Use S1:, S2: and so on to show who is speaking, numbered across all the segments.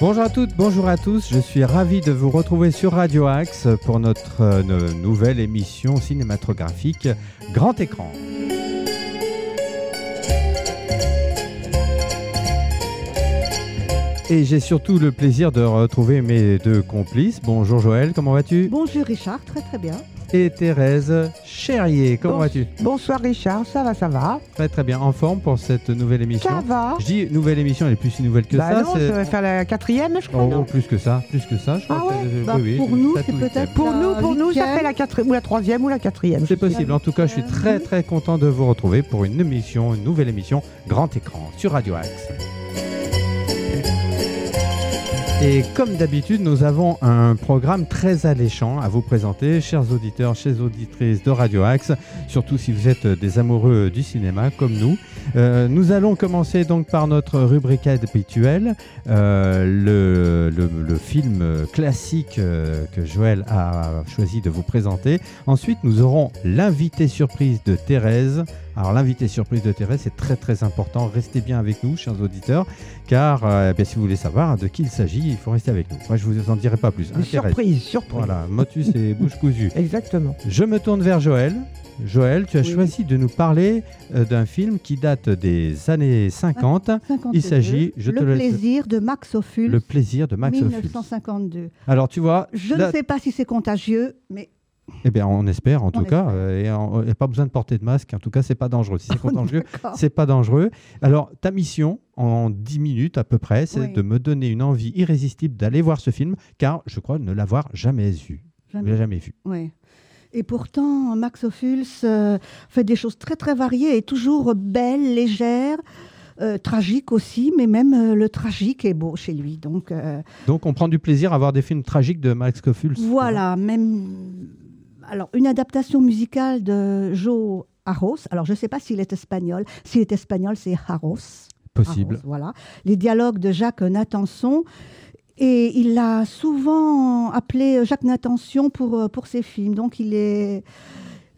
S1: Bonjour à toutes, bonjour à tous. Je suis ravi de vous retrouver sur Radio Axe pour notre euh, no- nouvelle émission cinématographique Grand Écran. Et j'ai surtout le plaisir de retrouver mes deux complices. Bonjour Joël, comment vas-tu
S2: Bonjour Richard, très très bien.
S1: Et Thérèse Cherrier, comment
S3: Bon-
S1: vas-tu
S3: Bonsoir Richard, ça va, ça va
S1: Très très bien, en forme pour cette nouvelle
S3: Ça
S1: émission.
S3: va
S1: Je dis nouvelle émission, elle est plus si nouvelle que
S3: Bah
S1: ça.
S3: non,
S1: c'est-
S3: ça va faire la quatrième, je crois.
S1: Oh,
S3: non
S1: plus que ça, plus que ça, je crois
S3: Ah
S1: que- euh,
S2: Bah,
S1: oui, oui,
S2: pour nous,
S1: ça
S2: c'est
S1: tout le
S2: peut-être-
S1: thème.
S3: Pour nous, pour nous, ça
S2: Huitième.
S3: fait la quatrième, ou la troisième, ou la quatrième.
S1: C'est possible. En tout cas, je suis très très content de vous retrouver pour une émission, une nouvelle émission Grand Écran sur Radio Axe. Et comme d'habitude, nous avons un programme très alléchant à vous présenter, chers auditeurs, chers auditrices de Radio Axe, surtout si vous êtes des amoureux du cinéma comme nous. Euh, nous allons commencer donc par notre rubrique habituelle, euh, le, le- le film classique euh, que Joël a choisi de vous présenter. Ensuite, nous aurons l'invité surprise de Thérèse. Alors, l'invité surprise de Thérèse, c'est très très important. Restez bien avec nous, chers auditeurs, car euh, eh bien, si vous voulez savoir de qui il s'agit, il faut rester avec nous. Moi, je vous en dirai pas plus. hein,
S3: Une
S1: Thérèse.
S3: surprise, surprise.
S1: Voilà, Ah, motus et bouche cousue.
S3: Exactement.
S1: Je me tourne vers Joël. Joël, tu as
S2: Oui.
S1: choisi de nous parler euh, d'un film qui date des années 50. Il s'agit, je te
S2: le
S1: le laisse,
S2: plaisir de Max Ophuls,
S1: le plaisir de Max Ophuls.
S2: 1952.
S1: Alors, tu vois,
S2: Je
S1: là-
S2: ne sais pas si c'est contagieux, mais
S1: eh bien, on espère en tout cas.
S2: espère.
S1: euh, et on- et pas besoin de porter de masque. En tout cas, c'est pas dangereux. Si c'est contagieux,
S2: d'accord.
S1: C'est pas dangereux. Alors, ta mission, en 10 minutes à peu près, c'est
S2: Oui.
S1: de me donner une envie irrésistible d'aller voir ce film, car je crois ne l'avoir jamais vu.
S2: Jamais.
S1: Je l'ai jamais vu.
S2: Ouais. Et pourtant, Max Ophuls euh, fait des choses très très variées et toujours belles, légères. euh, tragiques aussi, mais même euh, le tragique est beau chez lui. Donc euh,
S1: Donc, on prend du plaisir à voir des films tragiques de Max Coffuls.
S2: Voilà, même. Alors, une adaptation musicale de Joe Arros. Alors, je ne sais pas s'il est espagnol. S'il est espagnol, c'est Arros.
S1: Possible.
S2: Arros, Ah, voilà. Les dialogues de Jacques Nathanson. Et il l'a souvent appelé euh, Jacques Nathanson pour, euh, pour ses films. Donc, il est.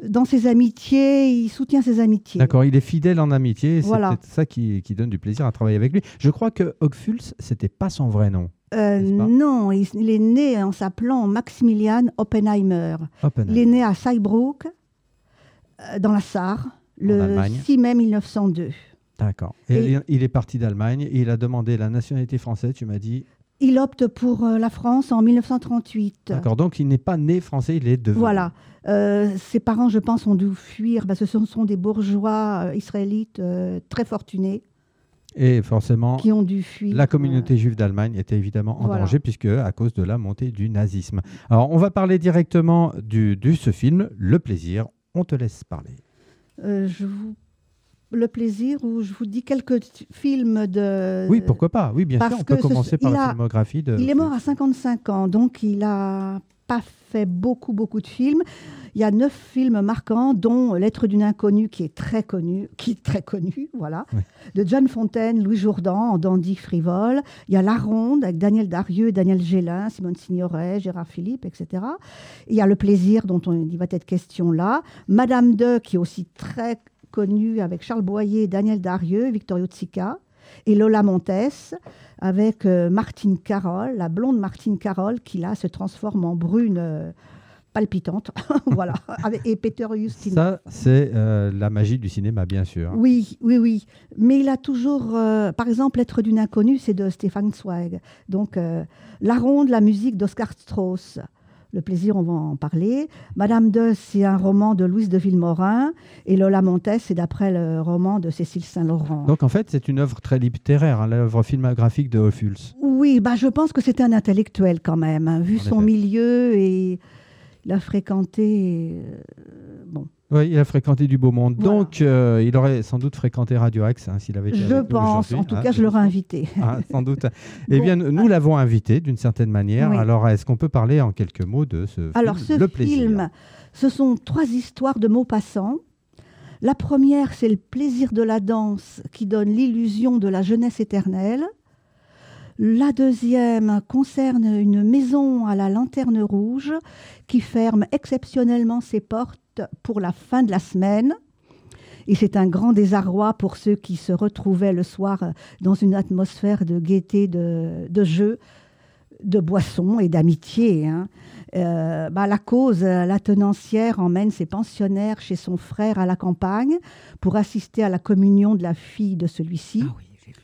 S2: Dans ses amitiés, il soutient ses amitiés.
S1: D'accord, il est fidèle en amitié. et C'est
S2: Voilà.
S1: peut-être ça qui, qui donne du plaisir à travailler avec lui. Je crois que Coffuls, c'était pas son vrai nom.
S2: Euh,
S1: N'est-ce pas
S2: non, il, il est né en s'appelant Maximilian Oppenheimer. Il
S1: Oppenheimer.
S2: est né à Saybrook, euh, dans la Sarre, le
S1: Allemagne.
S2: 6 mai 1902.
S1: D'accord. Et
S2: Et-
S1: Il est parti d'Allemagne. et Il a demandé la nationalité française. Tu m'as dit.
S2: Il opte pour euh, la France en 1938.
S1: D'accord. Donc, il n'est pas né français. Il est devenu.
S2: Voilà. Euh, ses parents, je pense, ont dû fuir parce que ce sont des bourgeois euh, israélites euh, très fortunés
S1: Et forcément,
S2: qui ont dû fuir.
S1: La communauté juive d'Allemagne était évidemment en
S2: Voilà.
S1: danger puisque à cause de la montée du nazisme. Alors on va parler directement du, du ce film, Le plaisir. On te laisse parler.
S2: Euh, je vous... Le plaisir où je vous dis quelques t- films de.
S1: oui, pourquoi pas Oui, bien
S2: Euh, parce
S1: sûr. On peut
S2: que ce-
S1: commencer par
S2: il
S1: la
S2: a-
S1: filmographie de.
S2: Il est mort à 55 ans, donc il n'a pas fait beaucoup, beaucoup de films. Il y a neuf films marquants, dont L'être d'une inconnue, qui est très connue, qui est très connue, voilà,
S1: Oui.
S2: de John Fontaine, Louis Jourdan, en dandy frivole. Il y a La Ronde, avec Daniel Darieux, Daniel Gélin, Simone Signoret, Gérard Philippe, etc. Il y a Le Plaisir, dont on, il va être question là. Madame de, qui est aussi très connue, avec Charles Boyer, Daniel Darieux, Victorio Tsica. Et Lola Montes, avec euh, Martine Carole, la blonde Martine Carole, qui là se transforme en brune euh, palpitante. voilà. Avec- Et Peter Justin.
S1: Ça, c'est euh, la magie du cinéma, bien sûr.
S2: Oui, oui, oui. Mais il a toujours, euh, par exemple, L'être d'une inconnue, c'est de Stéphane Zweig. Donc, euh, La Ronde, la musique d'Oscar Strauss. Le plaisir, on va en parler. Madame de, c'est un roman de Louise de Villemorin. Et Lola Montez, c'est d'après le roman de Cécile Saint-Laurent.
S1: Donc en fait, c'est une œuvre très littéraire, hein, l'œuvre filmographique de Ophuls.
S2: Oui, bah, je pense que c'était un intellectuel quand même, hein, vu
S1: En
S2: son
S1: effet.
S2: milieu et la fréquenté. euh, bon,
S1: Oui, il a fréquenté du beau monde.
S2: Voilà.
S1: Donc, euh, il aurait sans doute fréquenté Radio Axe hein, s'il avait été
S2: je
S1: avec nous
S2: pense.
S1: aujourd'hui,
S2: En tout
S1: hein,
S2: cas, je
S1: bien
S2: l'aurais invité.
S1: Ah, sans doute. Eh
S2: Bon, ah.
S1: bien, nous nous l'avons invité d'une certaine manière.
S2: Oui.
S1: Alors, est-ce qu'on peut parler en quelques mots de ce
S2: Alors, ce
S1: film Le plaisir.
S2: film, ce sont trois histoires de Maupassant. La première, c'est le plaisir de la danse qui donne l'illusion de la jeunesse éternelle. La deuxième concerne une maison à la lanterne rouge qui ferme exceptionnellement ses portes pour la fin de la semaine. Et c'est un grand désarroi pour ceux qui se retrouvaient le soir euh, dans une atmosphère de gaieté, de, de jeu, de boisson et d'amitié. hein. Euh, bah, la cause, euh, la tenancière emmène ses pensionnaires chez son frère à la campagne pour assister à la communion de la fille de celui-ci.
S4: Ah oui, j'ai vu.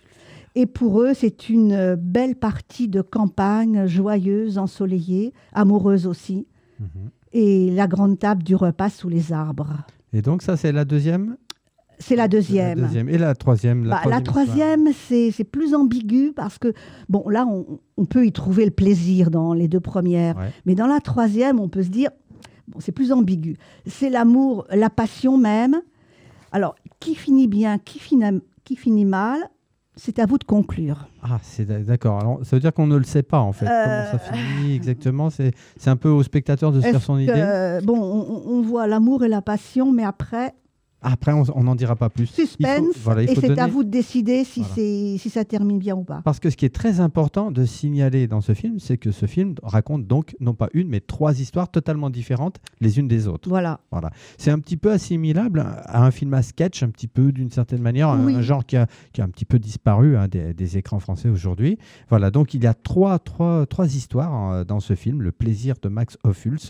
S2: Et pour eux, c'est une euh, belle partie de campagne, joyeuse, ensoleillée, amoureuse aussi.
S1: Mhm.
S2: Et la grande table du repas sous les arbres.
S1: Et donc, ça, c'est la deuxième
S2: C'est la
S1: La
S2: deuxième.
S1: deuxième. Et la troisième
S2: Bah, La troisième, c'est c'est plus ambigu parce que, bon, là, on, on peut y trouver le plaisir dans les deux premières.
S1: Ouais.
S2: Mais dans la troisième, on peut se dire, bon, c'est plus ambigu. C'est l'amour, la passion même. Alors, qui finit bien, qui finit, qui finit mal, c'est à vous de conclure.
S1: Ah, c'est d'a- d'accord. Alors, ça veut dire qu'on ne le sait pas, en fait.
S2: Euh,
S1: Comment ça finit exactement C'est c'est un peu au spectateur de se faire
S2: Est-ce
S1: son
S2: que-
S1: idée.
S2: bon, on, on voit l'amour et la passion, mais après,
S1: Après, on on n'en dira pas plus. Il faut-
S2: suspense.
S1: voilà, il
S2: et
S1: faut
S2: c'est à
S1: donner-
S2: vous de décider si,
S1: Voilà.
S2: c'est si ça termine bien ou pas.
S1: Parce que ce qui est très important de signaler dans ce film, c'est que ce film raconte donc non pas une, mais trois histoires totalement différentes les unes des autres.
S2: Voilà.
S1: C'est un petit peu assimilable à un film à sketch, un petit peu d'une certaine manière, un-
S2: Oui.
S1: un genre qui a, qui a un petit peu disparu hein, des, des écrans français aujourd'hui. Voilà, donc il y a trois, trois, trois histoires euh, dans ce film, Le plaisir de Max Ophuls.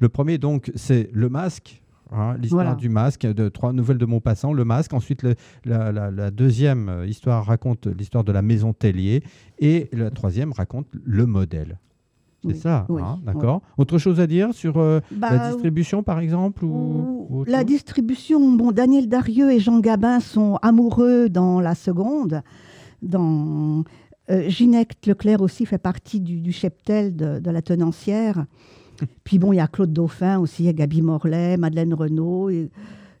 S1: Le premier, donc, c'est Le Masque. hein, L'histoire
S2: Voilà.
S1: du masque, de trois nouvelles de Maupassant, le masque. Ensuite, le- la, la- la deuxième euh, histoire raconte l'histoire de la maison Tellier. Et la troisième raconte le modèle. C'est
S2: Oui.
S1: ça,
S2: Oui.
S1: hein,
S2: Oui.
S1: d'accord Autre chose à dire sur euh, la
S2: Bah,
S1: distribution, par exemple ou, ou autre
S2: La
S1: chose
S2: distribution, bon, Daniel Darieux et Jean Gabin sont amoureux dans la seconde. Dans euh, Ginette Leclerc aussi fait partie du, du cheptel de, de la tenancière. Puis bon, il y a Claude Dauphin aussi, il y a Gabi Morlaix, Madeleine Renaud, et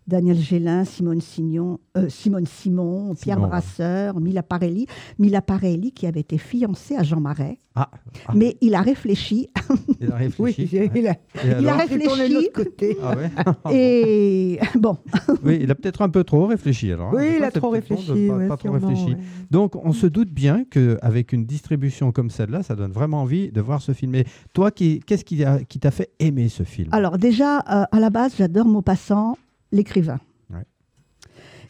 S2: Daniel Gélin, Simone Signon, euh, Simone Simon, Pierre
S1: Simon, ouais.
S2: Brasseur, Mila Parelli. Mila Parelli qui avait été fiancée à Jean Marais,
S1: Ah, ah.
S2: mais il a réfléchi Ah
S1: il a
S3: Oui,
S1: réfléchi.
S3: j'ai- il a,
S1: Et
S2: il a
S1: alors
S3: j'ai tourné de
S2: réfléchi
S3: l'autre côté.
S1: Ah ouais
S2: et bon,
S1: Oui, il a peut-être un peu trop réfléchi alors. hein.
S3: Oui,
S1: Des
S3: il
S1: fois,
S3: a
S1: c'est
S3: trop
S1: peut-être bon de
S3: réfléchi.
S1: pas-
S3: ouais,
S1: pas trop
S3: sûrement,
S1: réfléchi.
S3: ouais.
S1: Donc, on se doute bien qu'avec une distribution comme celle-là, ça donne vraiment envie de voir ce film. Et toi, qui- qu'est-ce qui a- qui t'a fait aimer ce film
S2: Alors déjà, euh, à la base, j'adore Maupassant, l'écrivain.
S1: Ouais.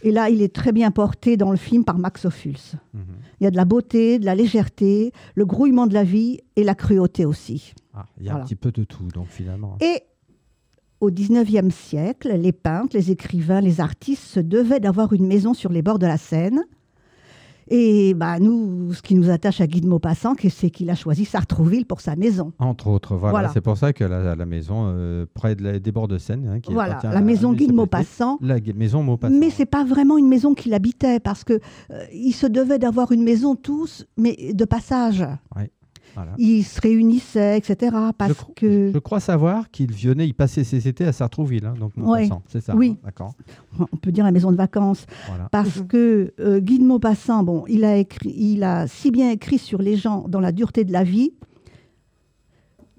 S2: Et là, il est très bien porté dans le film par Max Ophuls.
S1: Mhm.
S2: Il y a de la beauté, de la légèreté, le grouillement de la vie et la cruauté aussi.
S1: Ah, Il y a un
S2: Voilà.
S1: petit peu de tout, donc finalement.
S2: Et au 19e siècle, les peintres, les écrivains, les artistes se devaient d'avoir une maison sur les bords de la Seine. Et bah, nous, ce qui nous attache à Guy de Maupassant, c'est qu'il a choisi Sartrouville pour sa maison.
S1: Entre autres, voilà.
S2: Voilà.
S1: C'est pour ça que la, la maison euh, près de la- des bords de Seine, hein, qui
S2: Voilà,
S1: appartient à
S2: la maison Guy de
S1: municipalité,
S2: Maupassant.
S1: La gu- maison Maupassant.
S2: Mais c'est pas vraiment une maison qu'il habitait parce que euh, ils se devaient d'avoir une maison tous, mais de passage.
S1: Voilà.
S2: Ils se réunissaient, etc. Parce
S1: je, cro-
S2: que
S1: je crois savoir qu'il venait y passer ses étés à Sartrouville, hein, donc Maupassant, c'est ça.
S2: Oui.
S1: hein, D'accord.
S2: on peut dire la maison de vacances,
S1: Voilà.
S2: parce
S3: Mhm.
S2: que euh, Guy de Maupassant, bon, il a écrit, il a si bien écrit sur les gens dans la dureté de la vie,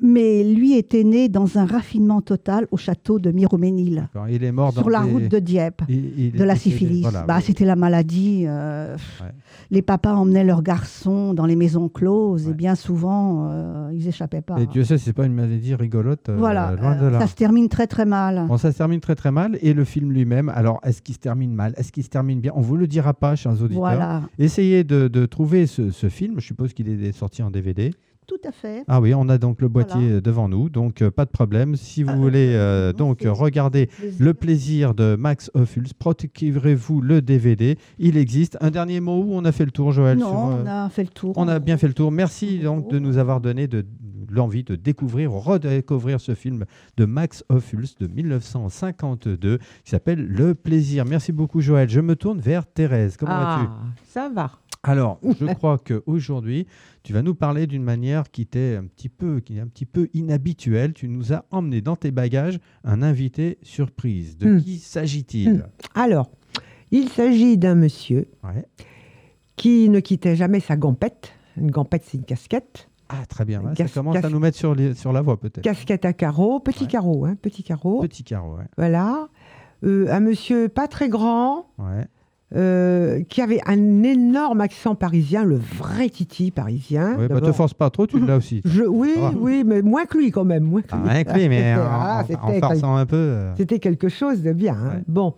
S2: mais lui était né dans un raffinement total au château de Miroménil,
S1: D'accord. Il est mort dans
S2: sur la
S1: des-
S2: route de Dieppe.
S1: il- il
S2: de
S1: est
S2: la
S1: décédé.
S2: syphilis.
S1: Voilà,
S2: bah,
S1: oui.
S2: C'était la maladie. euh, pff,
S1: Ouais.
S2: Les papas emmenaient leurs garçons dans les maisons closes
S1: Ouais.
S2: et bien souvent, euh, ils échappaient pas.
S1: Et Dieu sait, c'est pas une maladie rigolote. euh,
S2: voilà,
S1: Loin de
S2: euh,
S1: là.
S2: ça se termine très très mal.
S1: Bon, ça se termine très très mal. Et le film lui-même, alors est-ce qu'il se termine mal Est-ce qu'il se termine bien On vous le dira pas, chers auditeurs.
S2: Voilà,
S1: Essayez de, de trouver ce, ce film. Je suppose qu'il est sorti en DVD.
S2: tout à fait.
S1: Ah oui, on a donc le
S2: Voilà.
S1: boîtier devant nous, donc euh, pas de problème. Si vous voulez euh,
S2: non,
S1: donc
S2: c'est-
S1: regarder Le plaisir de Max Ophuls, procurez-vous le DVD, il existe. Un dernier mot où on a fait le tour, Joël
S2: Non,
S1: sur, euh,
S2: on a fait le tour.
S1: on a bien fait le tour. Merci
S2: En
S1: donc
S2: gros.
S1: de nous avoir donné de, l'envie de découvrir, redécouvrir ce film de Max Ophuls de 1952 qui s'appelle Le plaisir. Merci beaucoup, Joël. Je me tourne vers Thérèse. Comment vas-tu
S3: Ah, ça va.
S1: alors, je crois que aujourd'hui, tu vas nous parler d'une manière qui t'est un petit peu, qui est un petit peu inhabituelle. Tu nous as emmené dans tes bagages un invité surprise. De
S3: Mm.
S1: qui s'agit-il
S3: Alors, il s'agit d'un monsieur
S1: Ouais.
S3: qui ne quittait jamais sa gampette. Une gampette, c'est une casquette.
S1: Ah, très bien.
S3: Une
S1: ouais,
S3: cas-
S1: ça commence
S3: cas-
S1: à nous mettre sur, les- sur la voie peut-être.
S3: Casquette à carreaux, petit
S1: Ouais.
S3: carreau, hein, petit carreau.
S1: Petit carreau. Ouais.
S3: Voilà. Euh, un monsieur pas très grand,
S1: Ouais.
S3: euh, qui avait un énorme accent parisien, le vrai titi parisien.
S1: Ouais, bah, te
S3: Hein, d'abord.
S1: force pas trop, tu l'as aussi.
S3: Je- oui,
S1: Ah.
S3: oui, mais moins que lui quand même. moins que
S1: Ah,
S3: lui.
S1: ouais, oui, mais en,
S3: Ah,
S1: en- en
S3: c'était-
S1: forçant un peu. euh,
S3: C'était quelque chose de bien. hein.
S1: Ouais.
S3: Bon.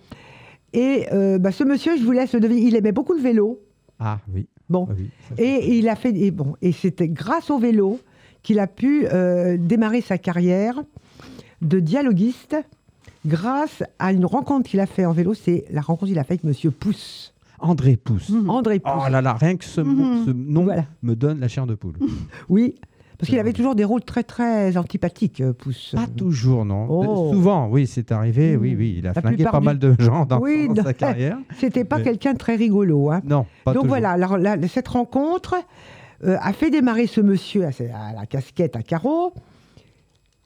S3: Et euh, bah, ce monsieur, je vous laisse le deviner, il aimait beaucoup le vélo.
S1: Ah oui.
S3: Bon.
S1: Ah oui, ça, je sais.
S3: Et il a fait et bon et c'était grâce au vélo qu'il a pu euh, démarrer sa carrière de dialoguiste grâce à une rencontre qu'il a fait en vélo, c'est la rencontre qu'il a fait avec monsieur Pousse,
S1: André Pousse.
S2: Mhm.
S3: André Pousse.
S1: Oh là là, rien que ce, mot-
S2: Mhm.
S1: ce nom
S3: Voilà.
S1: me donne la chair de poule.
S3: Oui, parce qu'il
S1: Euh.
S3: avait toujours des rôles très très antipathiques euh, Pousse.
S1: pas toujours, non.
S3: Oh. Mhm.
S1: Euh, Souvent, oui, c'est arrivé. Oui, oui, il a
S3: La
S1: flingué
S3: plupart
S1: pas
S3: du-
S1: mal de gens dans,
S3: Oui,
S1: dans
S3: dans-
S1: sa carrière.
S3: C'était pas
S1: Mais-
S3: quelqu'un de très rigolo hein.
S1: Non, pas
S3: Donc
S1: toujours.
S3: voilà, alors là, cette rencontre euh, a fait démarrer ce monsieur à, sa- à la casquette à carreaux,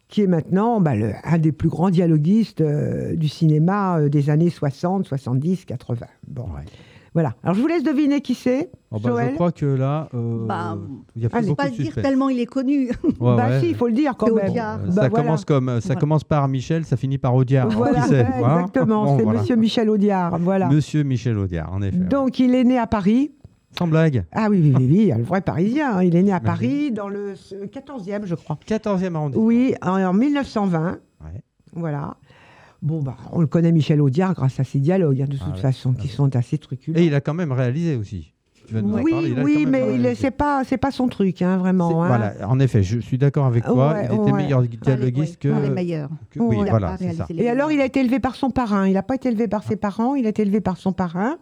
S3: qui est maintenant bah, le- un des plus grands dialoguistes euh, du cinéma euh, des années 60, 70, 80. Bon,
S1: Ouais.
S3: voilà. Alors je vous laisse deviner qui c'est.
S1: Oh, bah,
S3: Joël
S1: je crois que là, euh,
S2: Bah,
S1: il y a plus
S3: allez,
S1: beaucoup
S2: Pas
S1: de
S2: dire
S1: suspense.
S2: tellement il est connu.
S1: Ouais,
S3: bah
S1: ouais.
S3: si, il faut le dire quand
S2: C'est
S3: même.
S2: Audiard.
S1: Euh,
S3: Bah,
S1: ça
S3: voilà.
S1: commence comme ça
S3: Voilà.
S1: commence par Michel, ça finit par Audiard.
S3: Voilà,
S1: Qui sait, hein
S3: exactement,
S1: Bon,
S3: c'est
S1: voilà.
S3: monsieur Michel Audiard, voilà.
S1: Monsieur Michel Audiard, en effet.
S3: Donc il est né à Paris.
S1: Sans blague.
S3: Ah oui, oui, oui, oui, le vrai Parisien. hein. Il est né à
S1: Imagine.
S3: Paris dans le 14e, je crois.
S1: 14e arrondissement.
S3: Oui, en, en 1920.
S1: Ouais.
S3: Voilà. Bon, bah, on le connaît, Michel Audiard, grâce à ses dialogues, hein, de
S1: Ah
S3: toute
S1: ouais,
S3: façon,
S1: ah
S3: qui
S1: ouais.
S3: sont assez truculents.
S1: Et il a quand même réalisé aussi. Tu vas nous en
S3: oui,
S1: parler, il a quand
S3: oui,
S1: même
S3: mais il est-
S1: réalisé.
S3: c'est pas, c'est pas son truc, hein,
S1: C'est-
S3: vraiment. hein.
S1: Voilà, en effet, je suis d'accord avec toi.
S3: Ouais,
S1: il était
S3: ouais.
S1: meilleur
S2: Pas les- ouais,
S1: dialoguiste que.
S2: pas les meilleurs.
S1: que- oui,
S3: Il a
S1: voilà,
S2: pas
S1: c'est
S2: réalisé
S1: ça.
S2: les
S3: Et
S2: meilleurs.
S3: alors, il a été élevé par son parrain. Il n'a pas été élevé par ses parents, il a été élevé par son parrain.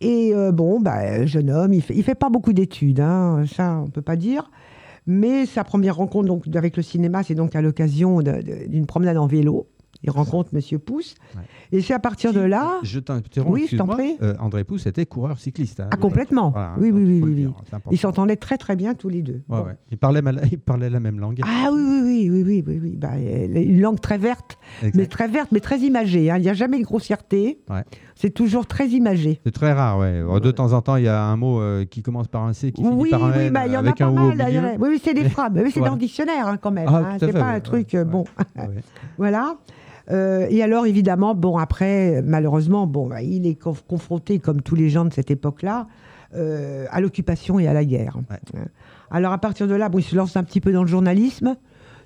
S3: Et euh, bon, bah, euh, jeune homme, il fait, il fait pas beaucoup d'études, hein, ça, on peut pas dire. Mais sa première rencontre donc, avec le cinéma, c'est donc à l'occasion de- de- d'une promenade en vélo. Il rencontre Monsieur Pousse.
S1: Ouais.
S3: Et c'est à partir de là.
S1: Je t'interromps.
S3: Oui, je t'en
S1: excuse-moi.
S3: prie.
S1: Euh, André Pousse était coureur cycliste. hein,
S3: Ah,
S1: donc,
S3: complètement.
S1: voilà,
S3: oui,
S1: hein, donc,
S3: oui, oui,
S1: faut le
S3: oui. oui.
S1: dire, c'est important.
S3: Ils s'entendaient très, très bien tous les deux.
S1: Ouais,
S3: Bon.
S1: ouais. Ils parlaient mal- ils parlaient la même langue.
S3: Ah oui, oui, oui, oui, oui, oui, oui. Bah, euh, une langue très verte, mais
S1: Exact.
S3: très verte, mais très imagée. hein. Il n'y a jamais de grossièreté.
S1: Ouais.
S3: C'est toujours très imagé.
S1: C'est très rare, ouais. Alors, De temps en temps, il y a un mot euh, qui commence par un C, qui finit
S3: oui,
S1: par un
S3: oui,
S1: N,
S3: bah, il y en a
S1: avec
S3: pas
S1: un O au
S3: mal. il y en a-
S1: milieu.
S3: Oui, oui, c'est des
S1: Mais-
S3: phrases. Mais oui, c'est
S1: Voilà.
S3: dans le dictionnaire hein, quand même.
S1: Ah,
S3: hein.
S1: tout à
S3: C'est
S1: fait,
S3: pas
S1: ouais,
S3: un truc euh,
S1: ouais.
S3: bon.
S1: Ouais.
S3: Voilà. Euh, et alors, évidemment, bon, après, malheureusement, bon, bah, il est conf- confronté, comme tous les gens de cette époque-là, euh, à l'occupation et à la guerre.
S1: Ouais.
S3: Hein. Alors, à partir de là, bon, il se lance un petit peu dans le journalisme.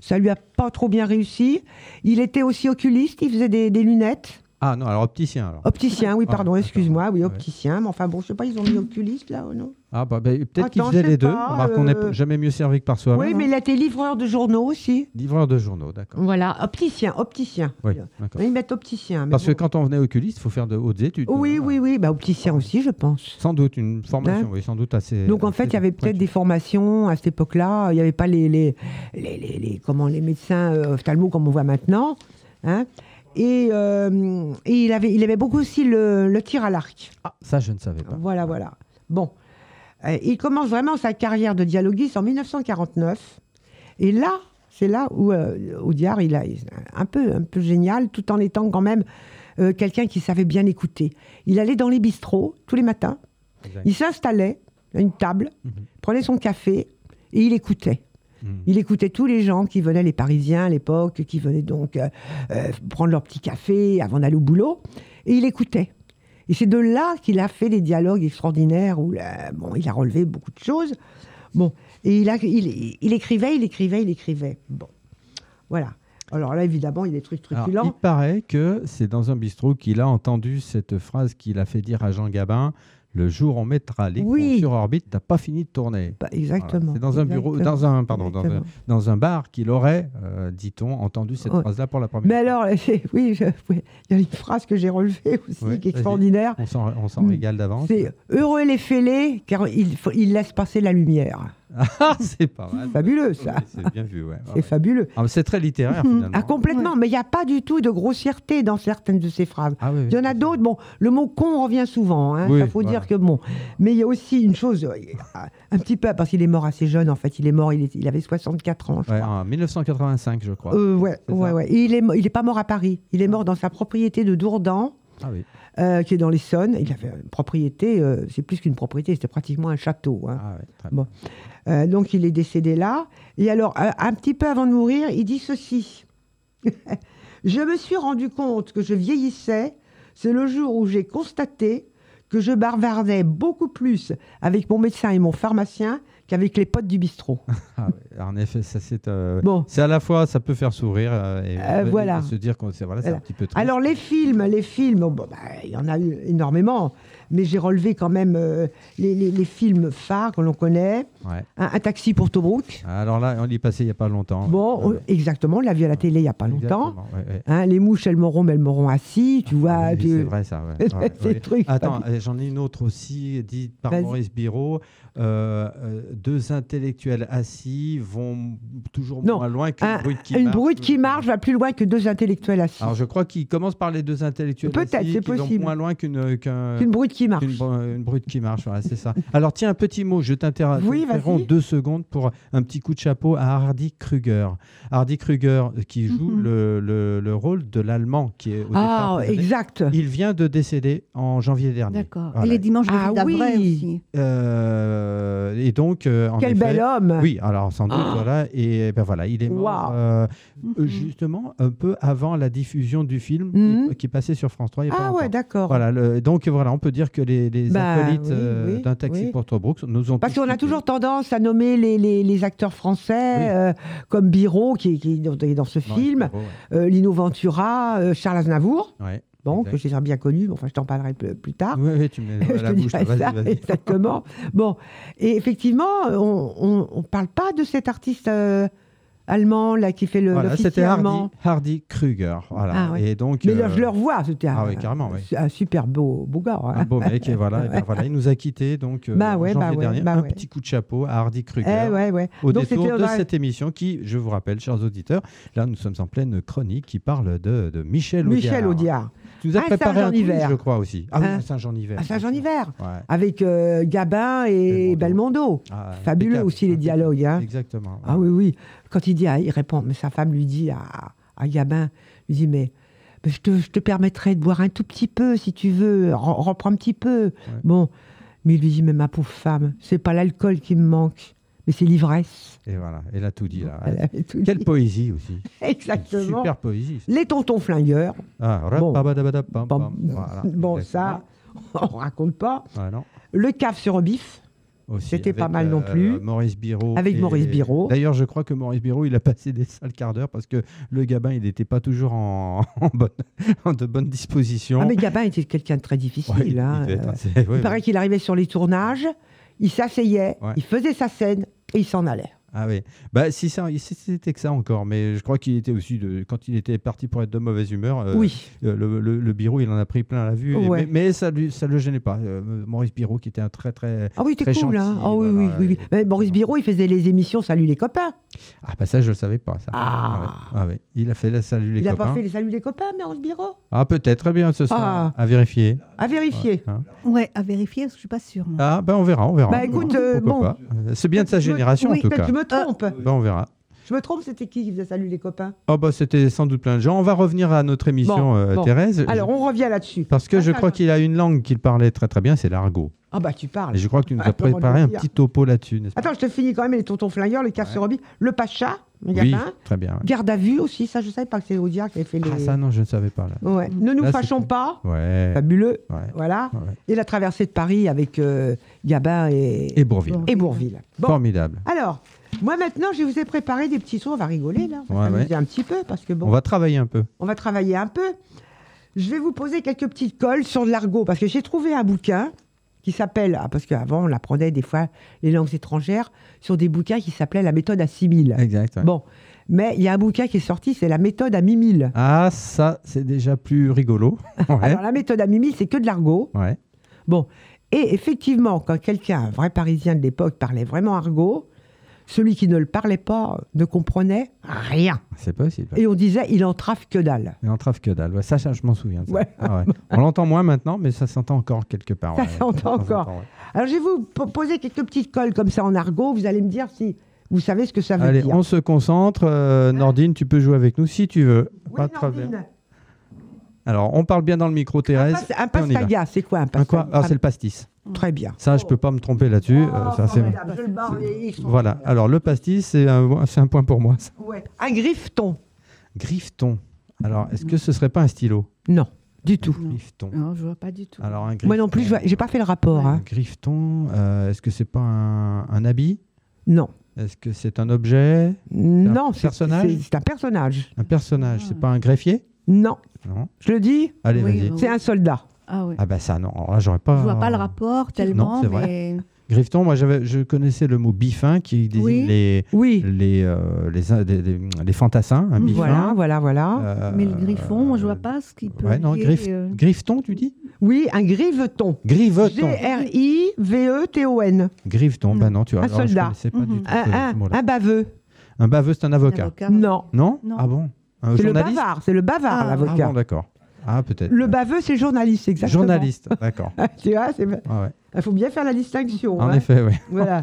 S3: Ça lui a pas trop bien réussi. Il était aussi oculiste, il faisait des, des lunettes.
S1: Ah non, alors opticien alors.
S3: Opticien, oui,
S1: Ah,
S3: pardon,
S1: d'accord.
S3: excuse-moi, oui,
S1: Ouais.
S3: opticien. Mais enfin, bon, je sais pas, ils ont mis oculiste là, ou non
S1: Ah bah, bah, peut-être qu'il
S3: Attends,
S1: faisait
S3: je sais
S1: les deux.
S3: pas,
S1: Remarque qu'on n'est
S3: euh,
S1: jamais mieux servi que par soi-même.
S3: Oui,
S1: hein.
S3: mais il a été livreur de journaux aussi.
S1: Livreur de journaux, d'accord.
S3: Voilà, opticien, opticien.
S1: Oui, d'accord.
S3: Ils mettent opticien. mais
S1: Parce que
S3: bon.
S1: quand on venait oculiste, il faut faire de hautes études.
S3: Oui,
S1: Voilà.
S3: oui, oui, bah, opticien aussi, je pense.
S1: Sans doute, une formation,
S3: Hein
S1: oui, sans doute assez.
S3: Donc en
S1: assez
S3: fait, il y avait peut-être des
S1: pointue.
S3: formations à cette époque-là. Il n'y avait pas les, les, les, les- les- comment, les médecins euh, ophtalmo comme on voit maintenant. hein. et euh, et il, avait, il aimait beaucoup aussi le, le tir à l'arc.
S1: Ah, ça, je ne savais pas.
S3: Voilà, voilà. Bon. Euh, il commence vraiment sa carrière de dialoguiste en 1949. Et là, c'est là où euh, Audiard, il a il est un peu, un peu génial, tout en étant quand même euh, quelqu'un qui savait bien écouter. Il allait dans les bistrots tous les matins,
S1: Exact.
S3: il s'installait à une table,
S1: Mhm.
S3: prenait son café et il écoutait.
S1: Mm.
S3: Il écoutait tous les gens qui venaient, les Parisiens à l'époque, qui venaient donc euh, euh, prendre leur petit café avant d'aller au boulot, et il écoutait. Et c'est de là qu'il a fait des dialogues extraordinaires où là, bon, il a relevé beaucoup de choses. Bon, et il, a, il, il écrivait, il écrivait, il écrivait. Bon, voilà. Alors là, évidemment, il y a des trucs
S1: Alors,
S3: truculents.
S1: il paraît que c'est dans un bistrot qu'il a entendu cette phrase qu'il a fait dire à Jean Gabin Le jour où on mettra les
S3: Oui.
S1: cons sur orbite, t'as pas fini de tourner.
S3: Bah,
S1: Voilà.
S3: exactement.
S1: C'est dans un bureau,
S3: Exactement.
S1: dans un, pardon, dans un,
S3: Exactement.
S1: dans un bar qu'il aurait, euh, dit-on, entendu cette
S3: Ouais.
S1: phrase-là pour la première
S3: Mais
S1: fois.
S3: alors, c'est- oui, je- oui, il y a une phrase que j'ai relevée aussi,
S1: Ouais, vas-y.
S3: qui est extraordinaire.
S1: On s'en, on s'en
S3: Mm.
S1: régale d'avance.
S3: C'est heureux les fêlés, car ils il laissent passer la lumière.
S1: Ah, c'est pas mal.
S3: Fabuleux, ça.
S1: Oui, C'est bien vu, ouais. Ah,
S3: C'est
S1: ouais.
S3: fabuleux.
S1: Ah, mais c'est très littéraire, finalement.
S3: Ah, complètement, mais il n'y a pas du tout de grossièreté dans certaines de ces phrases.
S1: Ah oui, oui.
S3: Il y en a d'autres, bon, le mot con revient souvent, hein,
S1: Oui,
S3: ça faut
S1: voilà.
S3: dire que bon. Mais il y a aussi une chose, euh, un petit peu, parce qu'il est mort assez jeune en fait, il est mort, il, est- il avait 64 ans, je
S1: Ouais,
S3: crois.
S1: en 1985, je crois.
S3: Euh, ouais,
S1: C'est
S3: ouais,
S1: ça.
S3: ouais. Et il est, mo- il est pas mort à Paris, il est mort dans sa propriété de Dourdan,
S1: Ah oui.
S3: euh, qui est dans l'Essonne. Il avait une propriété, euh, c'est plus qu'une propriété, c'était pratiquement un château. hein.
S1: Ah ouais, très
S3: Bon. Euh, donc il est décédé là. Et alors, un, un petit peu avant de mourir, il dit ceci. je me suis rendu compte que je vieillissais. C'est le jour où j'ai constaté que je bavardais beaucoup plus avec mon médecin et mon pharmacien qu'avec les potes du bistrot.
S1: Ah ouais, en effet, ça c'est. euh,
S3: Bon.
S1: C'est à la fois, ça peut faire sourire euh, et,
S3: Euh,
S1: et
S3: voilà.
S1: se dire qu'on c'est voilà, c'est
S3: Voilà.
S1: un petit peu triste.
S3: Alors les films, les films, bon, bah, il y en a eu énormément, mais j'ai relevé quand même euh, les, les- les films phares que l'on connaît.
S1: Ouais.
S3: Un, un taxi pour Tobruk.
S1: Alors là, on l'y passait il n'y a pas longtemps.
S3: Bon,
S1: Oh, Ouais, ouais.
S3: exactement, on l'a vu à la télé il n'y a pas longtemps.
S1: Exactement, ouais, ouais.
S3: Hein, les mouches, elles m'auront, mais elles m'auront assis, tu vois.
S1: Oui,
S3: puis-
S1: c'est vrai ça. ouais. Ouais,
S3: Ces
S1: ouais.
S3: trucs,
S1: Attends,
S3: pas-
S1: euh, j'en ai une autre aussi, dite par
S3: Vas-y.
S1: Maurice Biro. deux intellectuels assis vont toujours
S3: Non,
S1: moins loin qu'une
S3: un-
S1: brute qui
S3: une
S1: marche. euh,
S3: brute qui marche va plus loin que deux intellectuels assis.
S1: Alors je crois qu'il commence par les deux intellectuels
S3: Peut-être,
S1: assis
S3: c'est
S1: qui vont
S3: possible.
S1: moins loin qu'une qu'un-
S3: Une brute qui marche.
S1: Une, br- une brute qui marche, voilà, c'est ça. Alors tiens, un petit mot, je t'interromps
S3: Oui, vas-y.
S1: deux secondes pour un petit coup de chapeau à Hardy Kruger. Hardy Kruger euh, qui joue
S2: Mhm.
S1: le, le- le rôle de l'Allemand qui est au départ
S3: Ah,
S1: condamné.
S3: exact.
S1: Il vient de décéder en janvier dernier.
S2: D'accord.
S1: Voilà.
S2: Et les dimanches de
S3: Ah
S2: Vida
S3: oui.
S2: Vraie aussi.
S1: Euh, et donc, euh, en
S3: Quel
S1: effet-
S3: bel homme. Ah.
S1: Oui, alors sans doute, voilà. Et ben voilà, il est mort
S3: Waouh.
S1: euh,
S3: Mm.
S2: Mhm.
S1: justement un peu avant la diffusion du film qui-
S3: Mhm.
S1: qui, passait sur France 3. il y a pas
S3: Ah
S1: longtemps.
S3: ouais, d'accord.
S1: Voilà, le- donc voilà, on peut dire que les, les
S3: Bah,
S1: acolytes
S3: oui,
S1: euh,
S3: oui,
S1: d'un taxi
S3: oui.
S1: pour Tobruk nous ont
S3: Parce
S1: tous
S3: qu'on a
S1: quittés.
S3: toujours tendance à nommer les, les- les acteurs français
S1: Oui.
S3: euh, comme Biro, qui, qui est dans- qui est dans ce
S1: Non,
S3: film,
S1: Espargaro,
S3: euh, Lino Ventura, euh, Charles Aznavour,
S1: ouais. Ouais.
S3: bon,
S1: Exact.
S3: que j'ai déjà bien connu, mais enfin je t'en parlerai plus, plus tard.
S1: Ouais, ouais, tu me mets
S3: Ah. Je
S1: Euh, la
S3: te
S1: bouche.
S3: dirai
S1: Vas-y,
S3: ça,
S1: vas-y.
S3: exactement. Bon, et effectivement, on ne parle pas de cet artiste euh, allemand là qui fait le
S1: Voilà,
S3: l'officier
S1: c'était Hardy,
S3: allemand.
S1: Hardy Kruger. Voilà.
S3: Ah ouais.
S1: Et donc,
S3: Mais
S1: euh,
S3: là, je le revois, c'était un,
S1: ah ouais, carrément, ouais.
S3: un super beau, beau gars. hein.
S1: un beau mec, et voilà, et ben voilà, il nous a quittés donc euh,
S3: Bah
S1: en
S3: ouais, bah
S1: janvier
S3: ouais,
S1: dernier.
S3: bah
S1: un
S3: ouais.
S1: petit coup de chapeau à Hardy Kruger.
S3: Eh ouais, ouais.
S1: Au
S3: Donc,
S1: détour
S3: c'était
S1: de
S3: dans la-
S1: cette émission qui, je vous rappelle, chers auditeurs, là nous sommes en pleine chronique qui parle de, de Michel Audiard.
S3: Michel Audiard.
S1: Tu nous as
S3: Ah,
S1: préparé un quiz,
S3: Saint-Jean-Hiver.
S1: je crois aussi. Ah
S3: Hein
S1: oui, Saint-Jean-Hiver.
S3: À Saint-Jean-Hiver,
S1: Ouais.
S3: avec euh, Gabin et
S1: Belmondo.
S3: Belmondo.
S1: Ah,
S3: Fabuleux
S1: impeccable,
S3: aussi les
S1: impeccable.
S3: dialogues. hein.
S1: Exactement.
S3: Ah oui, oui. Quand il dit, à- il répond, mais sa femme lui dit à, à Gabin, lui dit, mais, mais je, te, je te permettrai de boire un tout petit peu si tu veux, Ren- reprends un petit peu. Bon, mais il lui dit, mais ma pauvre femme, c'est pas l'alcool qui me manque, mais c'est l'ivresse.
S1: Et voilà, elle a tout dit là.
S3: Elle avait tout
S1: Quelle
S3: dit.
S1: poésie aussi.
S3: Exactement.
S1: Super poésie. ça.
S3: Les tontons flingueurs.
S1: Ah,
S3: Bon.
S1: rapabadabadapam,
S3: Bon,
S1: voilà,
S3: bon, ça,
S1: exactement.
S3: on raconte pas.
S1: Ah, non.
S3: Le caf sur bif.
S1: Aussi,
S3: C'était
S1: avec, euh,
S3: pas mal non plus.
S1: Maurice Biro.
S3: Avec Maurice Biro.
S1: D'ailleurs, je crois que Maurice Biro, il a passé des sales quarts d'heure parce que le gabin, il n'était pas toujours en, en bonne- en de bonnes dispositions.
S3: Ah, mais Gabin était quelqu'un de très difficile.
S1: Ouais, il-
S3: hein.
S1: il devait être
S3: Euh,
S1: assez-
S3: Il
S1: ouais,
S3: paraît
S1: ouais.
S3: qu'il arrivait sur les tournages, il s'asseyait,
S1: Ouais.
S3: il faisait sa scène et il s'en allait.
S1: Ah oui. Bah, si, ça, si c'était que ça encore, mais je crois qu'il était aussi, de, quand il était parti pour être de mauvaise humeur, euh,
S3: oui.
S1: Euh, le, le, le Biro, il en a pris plein la vue, et-
S3: Ouais.
S1: mais, mais ça ne ça le gênait pas. Euh, Maurice Biro, qui était un très très.
S3: Ah oui,
S1: très
S3: t'es cool, hein.
S1: gentil,
S3: Ah oui, oui,
S1: voilà,
S3: oui, oui.
S1: et-
S3: Mais Maurice Biro, il faisait les émissions Salut les copains.
S1: Ah, bah ça, je le savais pas. Ça.
S3: Ah.
S1: ouais. Ah ouais. Il a fait la salut les
S3: il n'a
S1: copains.
S3: pas fait Ah. les Salut les copains, Maurice Biro
S1: Ah, peut-être, très bien, ce sera à vérifier.
S3: À vérifier.
S1: hein.
S2: Ouais, à vérifier, parce que je suis pas sûre. moi.
S1: Ah, ben on verra, on verra.
S3: Bah, écoute, euh,
S1: Pourquoi
S3: bon.
S1: pas. Euh, C'est bien de sa génération,
S3: Oui,
S1: en tout cas.
S3: peut-être Je me trompe.
S1: Ben, on verra.
S3: Je me trompe, c'était qui qui faisait Salut les copains
S1: Oh, bah, c'était sans doute plein de gens. On va revenir à notre émission,
S3: Bon,
S1: euh,
S3: bon.
S1: Thérèse.
S3: Alors, on revient là-dessus.
S1: Parce que je
S3: Attends,
S1: crois qu'il a une langue qu'il parlait très très bien, c'est l'argot.
S3: Ah bah, tu parles.
S1: Et je crois que tu nous
S3: Ah,
S1: as
S3: comment
S1: préparé un
S3: dire
S1: petit topo là-dessus, n'est-ce pas
S3: Attends, je te finis quand même les tontons flingueurs, le caf sur Roby, le Pacha, le
S1: Oui,
S3: Gabin.
S1: très bien. ouais.
S3: Garde à vue aussi, ça, je savais pas que c'est Audiard qui avait fait les.
S1: Ah, ça, non, je ne savais pas. Là.
S3: Ouais. Ne nous
S1: Là, c'est
S3: fâchons
S1: cool.
S3: pas.
S1: Ouais.
S3: Fabuleux.
S1: ouais.
S3: Voilà.
S1: Ouais.
S3: Et la traversée de Paris avec euh, Gabin et,
S1: Et Bourville.
S2: Bon.
S3: et Bourville. Bon,
S1: Formidable.
S3: alors, moi maintenant, je vous ai préparé des petits sons. On va rigoler là. On va
S1: Ouais,
S3: s'amuser un petit peu parce que bon,
S1: On va travailler un peu.
S3: travailler un peu. Je vais vous poser quelques petites colles sur de l'argot parce que j'ai trouvé un bouquin qui s'appelle, ah, parce qu'avant on apprenait des fois les langues étrangères sur des bouquins qui s'appelaient la méthode à 6000.
S1: Exact. Eh ouais.
S3: Bon, mais il y a un bouquin qui est sorti, c'est la méthode à 1000.
S1: Ah, ça, c'est déjà plus rigolo.
S3: Ah,
S1: Ouais.
S3: Alors la méthode à 1000, c'est que de l'argot.
S1: ouais.
S3: Et effectivement, quand quelqu'un, un vrai Parisien de l'époque, parlait vraiment argot, celui qui ne le parlait pas ne comprenait rien.
S1: C'est possible.
S3: Et on disait, il entrave que dalle.
S1: Et... Entrave que dalle. Ouais, ça, ça, je m'en souviens. de ça.
S3: Ouais.
S1: Ah ouais. On l'entend moins maintenant, mais ça s'entend encore quelque part.
S3: Ça
S1: ouais.
S3: s'entend
S1: Ça
S3: encore.
S1: s'entend, ouais.
S3: Alors je vais vous po- poser quelques petites colles comme ça en argot, vous allez me dire si vous savez ce que ça veut
S1: Allez,
S3: dire. Ah.
S1: on se concentre. Euh, Nordine, tu peux jouer avec nous si tu veux.
S3: Oui,
S1: Pas de
S3: Nordine.
S1: problème. Alors, on parle bien dans le micro,
S3: Un
S1: Thérèse.
S3: passe- un
S1: et on y va.
S3: pastaga, bah, c'est quoi un
S1: Un quoi
S3: pastaga
S1: Ah, c'est le pastis.
S3: Très bien.
S1: Ça, je peux pas me tromper là-dessus.
S3: Oh,
S1: Euh, ça, c'est...
S3: formidable, je le barre, ils sont-
S1: Voilà. Alors, le pastis, c'est un, c'est un point pour moi. ça.
S3: Ouais. Un griffeton
S1: Griffeton. Alors, est-ce que ce serait pas un stylo
S3: Non, du tout.
S2: Non.
S1: Griffeton.
S2: Non, je vois pas du tout.
S1: Alors, un
S3: Moi non plus, je
S1: griffeton.
S3: hein. vois- j'ai pas fait le rapport.
S1: Un
S3: hein.
S1: griffeton, euh, est-ce que c'est pas un, un habit
S3: Non.
S1: Est-ce que c'est un objet,
S3: Non, c'est-
S1: personnage
S3: c'est c'est un personnage.
S1: un personnage C'est pas un greffier
S3: Non.
S1: Non.
S3: Je le dis,
S1: Allez,
S4: Oui,
S1: vas-y.
S4: bah oui.
S3: c'est un soldat.
S4: Ah ouais.
S1: Ah bah ça, non. Alors là, j'aurais pas.
S4: Je vois pas le rapport
S1: Non,
S4: tellement,
S1: c'est vrai.
S4: mais
S1: Griffeton, moi, j'avais, je connaissais le mot bifin qui désigne
S4: Oui.
S1: les,
S3: Oui.
S1: les, euh, les, in- les, les- les fantassins, un
S4: Mhm.
S1: bifin.
S3: Voilà, voilà, voilà.
S1: Euh,
S4: mais le griffon, moi je vois pas ce qu'il peut.
S1: Ouais, non,
S4: lier,
S1: griff-
S4: euh,
S1: Griffeton, tu dis
S3: Oui, un griveton.
S1: Griveton.
S3: E G-R-I-V-E-T-O-N.
S1: Griveton, bah non, tu
S3: Un
S1: alors, je
S3: soldat. Ah,
S1: connaissais pas
S4: Mhm.
S1: du tout ce-
S3: Un,
S1: ce
S3: un-
S1: mot-là.
S3: un baveux.
S1: Un baveux, c'est un avocat.
S4: l'avocat.
S3: ah. Non.
S1: Non,
S4: Non.
S1: Ah bon Un
S3: C'est le
S1: journaliste
S3: bavard, c'est le bavard,
S4: Ah,
S1: Ah
S3: l'avocat.
S1: bon, d'accord. Ah, peut-être.
S3: le baveux, c'est journaliste, exactement.
S1: Journaliste, d'accord.
S3: tu vois, c'est-
S1: Ah ouais.
S3: il faut bien faire la distinction.
S1: En
S3: hein.
S1: effet, oui.
S3: Voilà.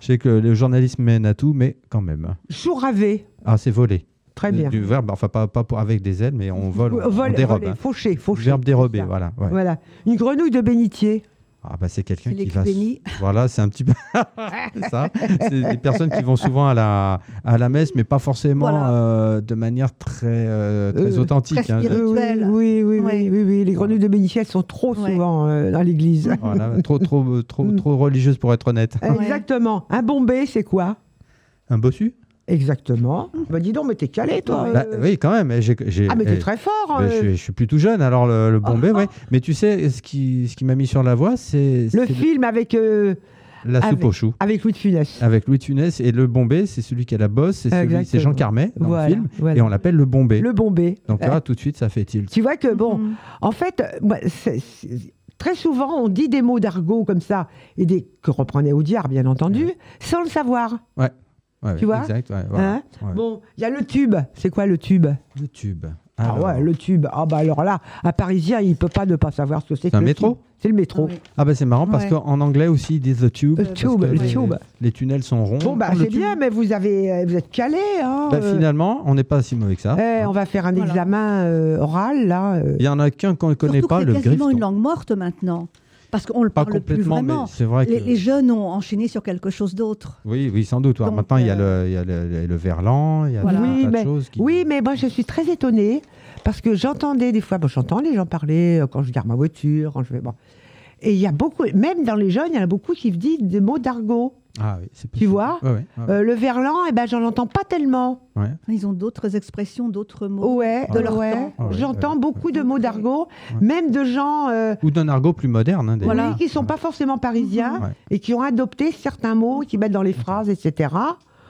S1: Je sais que le journalisme mène à tout, mais quand même.
S3: Chouravé,
S1: Ah, c'est voler.
S3: très bien.
S1: Du verbe, enfin, pas, pas pour- avec des ailes, mais on vole, on,
S3: Vol-
S1: on dérobe.
S3: voler,
S1: hein.
S3: Fauché, fauché.
S1: Verbe dérober,
S3: c'est ça.
S1: voilà. ouais.
S3: Voilà. Une grenouille de bénitier.
S1: Ah bah c'est quelqu'un
S4: C'est
S1: qui
S4: les
S1: va.
S4: Cubénis.
S1: Voilà, c'est un petit peu c'est ça. C'est des personnes qui vont souvent à la à la messe, mais pas forcément
S4: Voilà.
S1: euh, de manière très euh, très
S3: Euh,
S1: authentique.
S4: très
S1: hein.
S4: spirituelle. Rituel.
S3: Oui, oui, oui,
S4: Ouais.
S3: oui, oui, oui, Les grenouilles de bénitier, elles sont trop
S4: Ouais.
S3: souvent euh, dans l'église.
S1: Voilà, trop trop euh, trop
S3: Mm. Euh,
S1: trop religieuse pour être honnête.
S3: Exactement. Un bombé, c'est quoi
S1: Un bossu
S3: Exactement. Bah dis donc, mais t'es calé, toi.
S1: Mm. Bah,
S3: euh.
S1: Oui, quand même. j'ai- j'ai-
S3: Ah, mais
S1: eh,
S3: t'es très fort.
S1: bah,
S3: euh. Oh.
S1: je, suis- je suis plus tout jeune, alors le, le bombé, ouais. Mais tu sais, ce qui, ce qui m'a mis sur la voie, c'est
S3: Le
S1: c'est
S3: film avec, euh,
S1: la soupe
S3: avec-
S1: aux choux.
S3: avec Louis de Funès.
S1: Avec Louis de Funès et le bombé, c'est celui qui a la bosse, c'est celui- c'est Jean
S3: Exactement.
S1: Carmet dans
S3: Voilà,
S1: le film,
S3: voilà.
S1: et on l'appelle le bombé.
S3: Le bombé.
S1: Donc ah. Mm-hmm.
S3: Euh,
S1: là, tout de suite, ça fait tilt.
S3: tu vois que, bon,
S4: Mhm.
S3: en fait, euh, moi, c'est- c'est- très souvent, on dit des mots d'argot comme ça, et des que reprenait Audiard, bien entendu, sans le savoir.
S1: Ouais,
S3: Tu
S1: ouais,
S3: vois
S1: Exact, ouais, voilà.
S3: Hein
S1: Ouais.
S3: Bon, il y a le tube. C'est quoi le tube
S1: Le tube.
S3: Ah
S1: Alors,
S3: ouais, le tube. Ah bah alors là, un Parisien, il peut pas ne pas savoir ce que c'est. que
S1: un
S3: le
S1: métro
S3: tube. C'est le métro.
S4: Ah oui.
S1: ah bah c'est marrant parce
S4: Ouais.
S1: qu'en anglais aussi ils disent the tube.
S3: Le
S1: parce
S3: tube,
S1: que
S3: le
S1: les,
S3: tube.
S1: les tunnels sont ronds.
S3: Bon bah
S1: Oh, le
S3: c'est
S1: tube.
S3: bien, mais vous avez, euh, vous êtes calé. Hein,
S1: Bah,
S3: euh.
S1: finalement, on n'est pas si mauvais que ça.
S3: Eh, on va faire un
S4: Voilà.
S3: examen euh, oral là. euh.
S1: Il y en a qu'un qu'on ne connaît
S4: Surtout que
S1: pas,
S4: c'est
S1: le
S4: quasiment
S1: griffon.
S4: une langue morte maintenant, parce qu'on le
S1: Pas
S4: parle plus
S1: complètement, mais
S4: vraiment.
S1: c'est vrai que.
S4: Les, les jeunes ont enchaîné sur quelque chose d'autre.
S1: Oui, oui, sans doute. ouais.
S4: Donc,
S1: Maintenant, il y a le, il y a le, le verlan, il y a
S4: Voilà.
S1: tout un
S3: euh, Oui,
S1: tas de
S3: mais-
S1: choses. Qui...
S3: Oui, mais moi je suis très étonnée parce que j'entendais des fois, bon, j'entends les gens parler euh, quand je garde ma voiture, quand je vais bon. Et il y a beaucoup, même dans les jeunes, il y en a beaucoup qui disent des mots d'argot.
S1: Ah oui, c'est
S3: Tu vois
S1: Ouais, ouais, ouais,
S3: Euh, le verlan, eh ben j'en entends pas tellement.
S1: ouais.
S4: Ils ont d'autres expressions, d'autres
S1: Oh,
S4: mots.
S3: Ouais,
S1: De
S4: leur
S3: ouais.
S4: temps.
S1: Ah oui,
S3: J'entends
S1: oui.
S3: beaucoup de mots d'argot,
S1: Ouais.
S3: même de gens euh,
S1: Ou d'un argot plus moderne. hein, d'ailleurs.
S4: Voilà.
S3: oui, qui sont pas forcément parisiens
S1: Ouais.
S3: et qui ont adopté certains mots qui mettent dans les phrases, etc.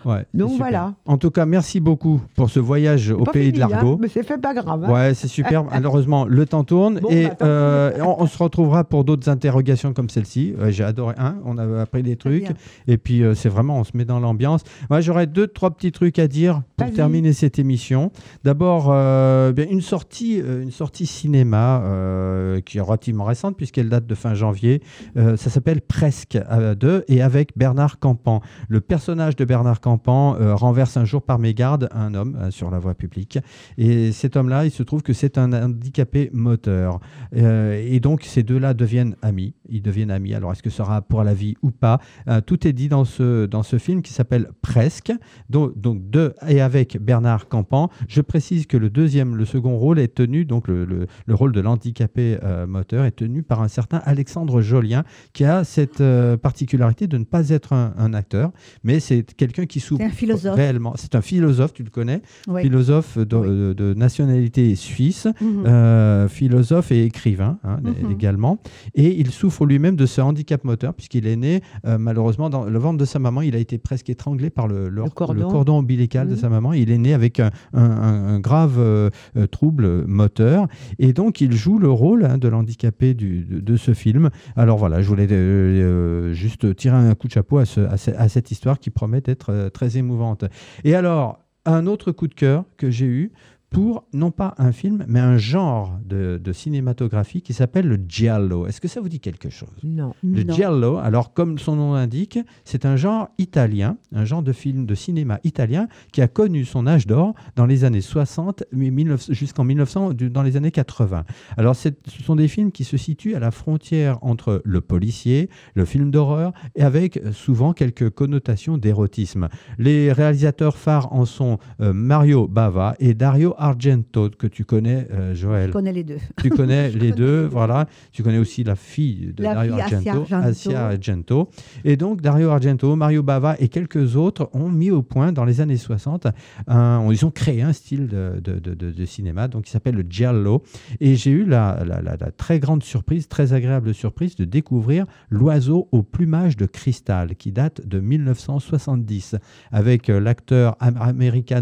S1: Ouais, c'est
S3: Donc,
S1: super.
S3: voilà.
S1: En tout cas, merci beaucoup pour ce voyage au
S3: Pas
S1: pays de
S3: fini, hein,
S1: l'argot.
S3: mais c'est fait pas grave. hein.
S1: Ouais, c'est super. Malheureusement, le temps tourne
S3: Bon,
S1: et
S3: bah, tant
S1: euh, on, on se retrouvera pour d'autres interrogations comme celle-ci. Euh, J'ai adoré un, on a appris des trucs
S4: bien.
S1: et puis euh, c'est vraiment, on se met dans l'ambiance. Moi, j'aurais deux, trois petits trucs à dire pour
S3: Vas-y.
S1: terminer cette émission. D'abord, euh, bien, une sortie, euh, une sortie cinéma euh, qui est relativement récente puisqu'elle date de fin janvier. Euh, ça s'appelle Presque euh, de et avec Bernard Campan. Le personnage de Bernard Campan euh, renverse un jour par mégarde un homme euh, sur la voie publique. Et cet homme-là, il se trouve que c'est un handicapé moteur. Euh, et donc, ces deux-là deviennent amis. Ils deviennent amis. Alors, est-ce que ce sera pour la vie ou pas Euh, Tout est dit dans ce, dans ce film qui s'appelle Presque, donc, donc de et avec Bernard Campan. Je précise que le deuxième, le second rôle est tenu, donc le, le- le rôle de l'handicapé euh, moteur est tenu par un certain Alexandre Jolien, qui a cette euh, particularité de ne pas être un, un acteur, mais c'est quelqu'un qui s'ouvre
S4: C'est un philosophe.
S1: réellement. C'est un philosophe, tu le connais
S4: Ouais.
S1: philosophe de,
S4: Oui.
S1: de- de nationalité suisse,
S4: Mhm.
S1: euh, philosophe et écrivain hein,
S4: Mhm.
S1: également. Et il souffre lui-même de ce handicap moteur, puisqu'il est né, euh, malheureusement, dans le ventre de sa maman. Il a été presque étranglé par le, le-
S3: Le cordon.
S1: le cordon ombilical de
S3: Mhm.
S1: sa maman. Il est né avec un, un- un- un grave euh, euh, trouble moteur. Et donc, il joue le rôle hein, de l'handicapé du- de, de ce film. Alors voilà, je voulais euh, euh, juste tirer un coup de chapeau à, ce- à ce- à cette histoire qui promet d'être euh, très émouvante. Et alors, un autre coup de cœur que j'ai eu pour, non pas un film, mais un genre de, de cinématographie qui s'appelle le giallo. Est-ce que ça vous dit quelque chose
S3: Non.
S1: le
S4: Non.
S1: giallo, alors comme son nom l'indique, c'est un genre italien, un genre de film de cinéma italien qui a connu son âge d'or dans les années 60 mais 19 jusqu'en 1900, du- dans les années 80. Alors c'est- ce sont des films qui se situent à la frontière entre le policier, le film d'horreur et avec euh, souvent quelques connotations d'érotisme. Les réalisateurs phares en sont euh, Mario Bava et Dario Argento, que tu connais, euh, Joël.
S4: Je connais les deux.
S1: Tu connais les deux, voilà. Tu connais aussi la fille de
S4: La
S1: Dario
S4: fille,
S1: Argento,
S4: Asia Argento.
S1: Asia Argento. Et donc, Dario Argento, Mario Bava et quelques autres ont mis au point, dans les années 60, un- ils ont créé un style de, de- de- de- de cinéma donc, qui s'appelle le Giallo. Et j'ai eu la, la- la- la très grande surprise, très agréable surprise, de découvrir L'oiseau au plumage de cristal, qui date de 1970, avec euh, l'acteur am-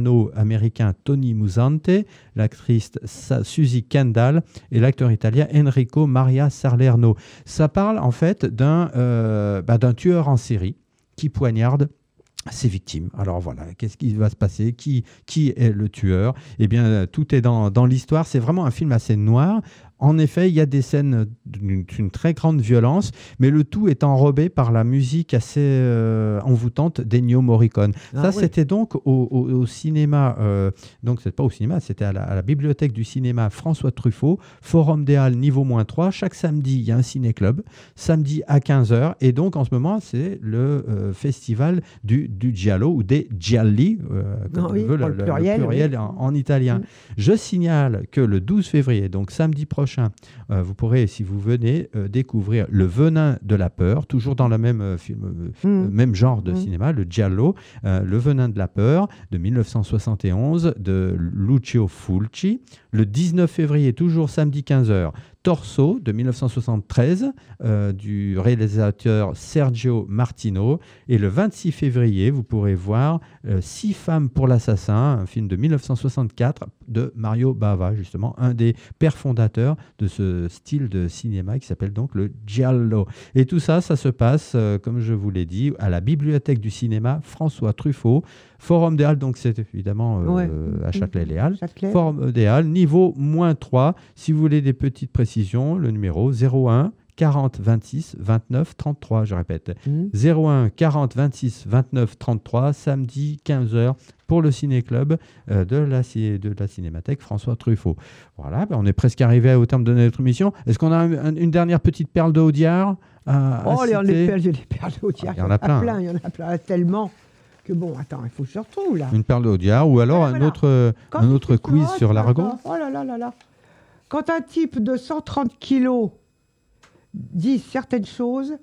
S1: américano-américain Tony Musante, l'actrice Sa- Suzy Kendall et l'acteur italien Enrico Maria Salerno. Ça parle en fait d'un euh, bah, d'un tueur en série qui poignarde ses victimes. Alors voilà, qu'est-ce qui va se passer qui, qui est le tueur Eh bien, euh, tout est dans, dans l'histoire. C'est vraiment un film assez noir. En effet, il y a des scènes d'une d'une très grande violence, mais le tout est enrobé par la musique assez euh, envoûtante d'Ennio Morricone.
S3: Ah
S1: Ça,
S3: oui.
S1: c'était donc au, au- au cinéma euh, donc, c'est pas au cinéma, c'était à la, à la bibliothèque du cinéma François Truffaut, Forum des Halles niveau moins 3. Chaque samedi, il y a un ciné-club, samedi à 15h. Et donc, en ce moment, c'est le euh, festival du, du Giallo ou des Gialli, euh, comme
S3: Ah
S1: on
S3: oui,
S1: veut,
S3: pour le pluriel, oui.
S1: en, en italien.
S3: Mm.
S1: Je signale que le 12 février, donc samedi prochain, euh, vous pourrez, si vous venez, euh, découvrir Le Venin de la Peur, toujours dans le même euh, film, euh,
S3: Hmm.
S1: le même genre de
S3: Mm.
S1: cinéma, le giallo, euh, Le venin de la peur de 1971 de Lucio Fulci. Le 19 février, toujours samedi 15h, Torso de 1973 euh, du réalisateur Sergio Martino. Et le 26 février, vous pourrez voir euh, Six femmes pour l'assassin, un film de 1964 de Mario Bava, justement, un des pères fondateurs de ce style de cinéma qui s'appelle donc le giallo. Et tout ça, ça se passe, euh, comme je vous l'ai dit, à la Bibliothèque du cinéma François Truffaut, Forum des Halles, donc c'est évidemment euh,
S3: Ouais.
S1: à Châtelet-les-Halles.
S3: Châtelet.
S1: Forum des Halles, niveau moins 3. Si vous voulez des petites précisions, le numéro 01 40 26 29 33, je répète.
S3: Hmm.
S1: 01 40 26 29 33, samedi 15h pour le ciné-club euh, de, la, ci- de la Cinémathèque François Truffaut. Voilà, ben, on est presque arrivé au terme de notre émission. Est-ce qu'on a un- un- une dernière petite perle de Audiard à- à
S3: Oh, les, les
S1: citer
S3: perles, les perles au
S1: Ah,
S3: diable.
S1: il y en a plein,
S3: Il y en a plein, tellement que bon, attends, il faut que je retrouve là.
S1: Une perle de Audiard ou alors
S3: Ah,
S1: un
S3: voilà.
S1: autre,
S3: Quand
S1: un
S3: tu
S1: autre
S3: fais
S1: quiz
S3: ça,
S1: sur
S3: tu
S1: l'argot.
S3: vas- Oh là là là là. Quand un type de 130 kilos dit certaines choses,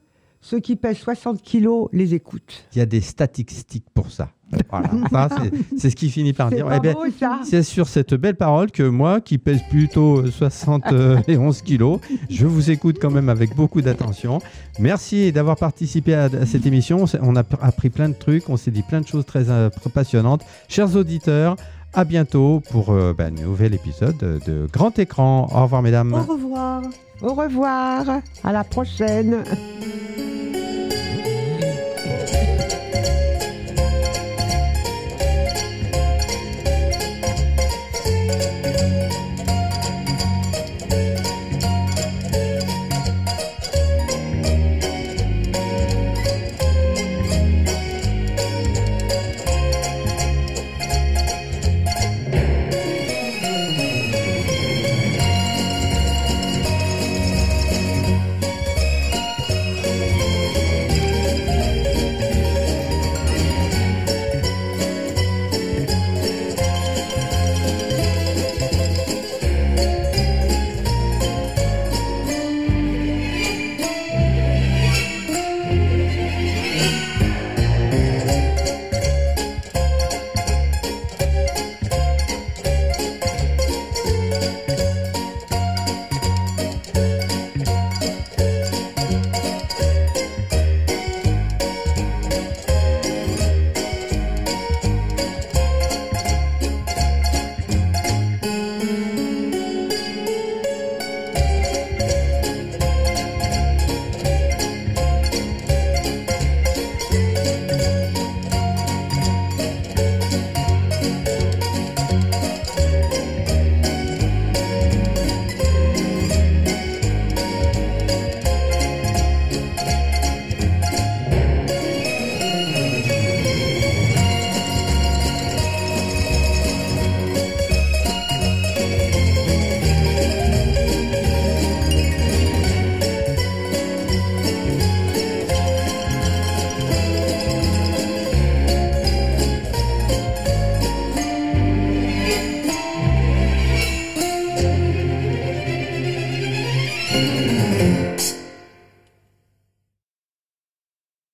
S3: ceux qui pèsent 60 kilos les écoutent.
S1: Il y a des statistiques pour ça. Voilà, ça, c'est- c'est ce qui finit par
S3: C'est
S1: dire.
S3: pas
S1: Eh ben,
S3: beau, ça
S1: C'est sur cette belle parole que moi, qui pèse plutôt euh, 71 kilos, je vous écoute quand même avec beaucoup d'attention. Merci d'avoir participé à, à cette émission. On s'est- On a p- appris plein de trucs, on s'est dit plein de choses très euh, passionnantes. Chers auditeurs, à bientôt pour euh, bah, un nouvel épisode de- de Grand Écran. Au revoir, mesdames.
S4: Au revoir.
S3: Au revoir, à la prochaine.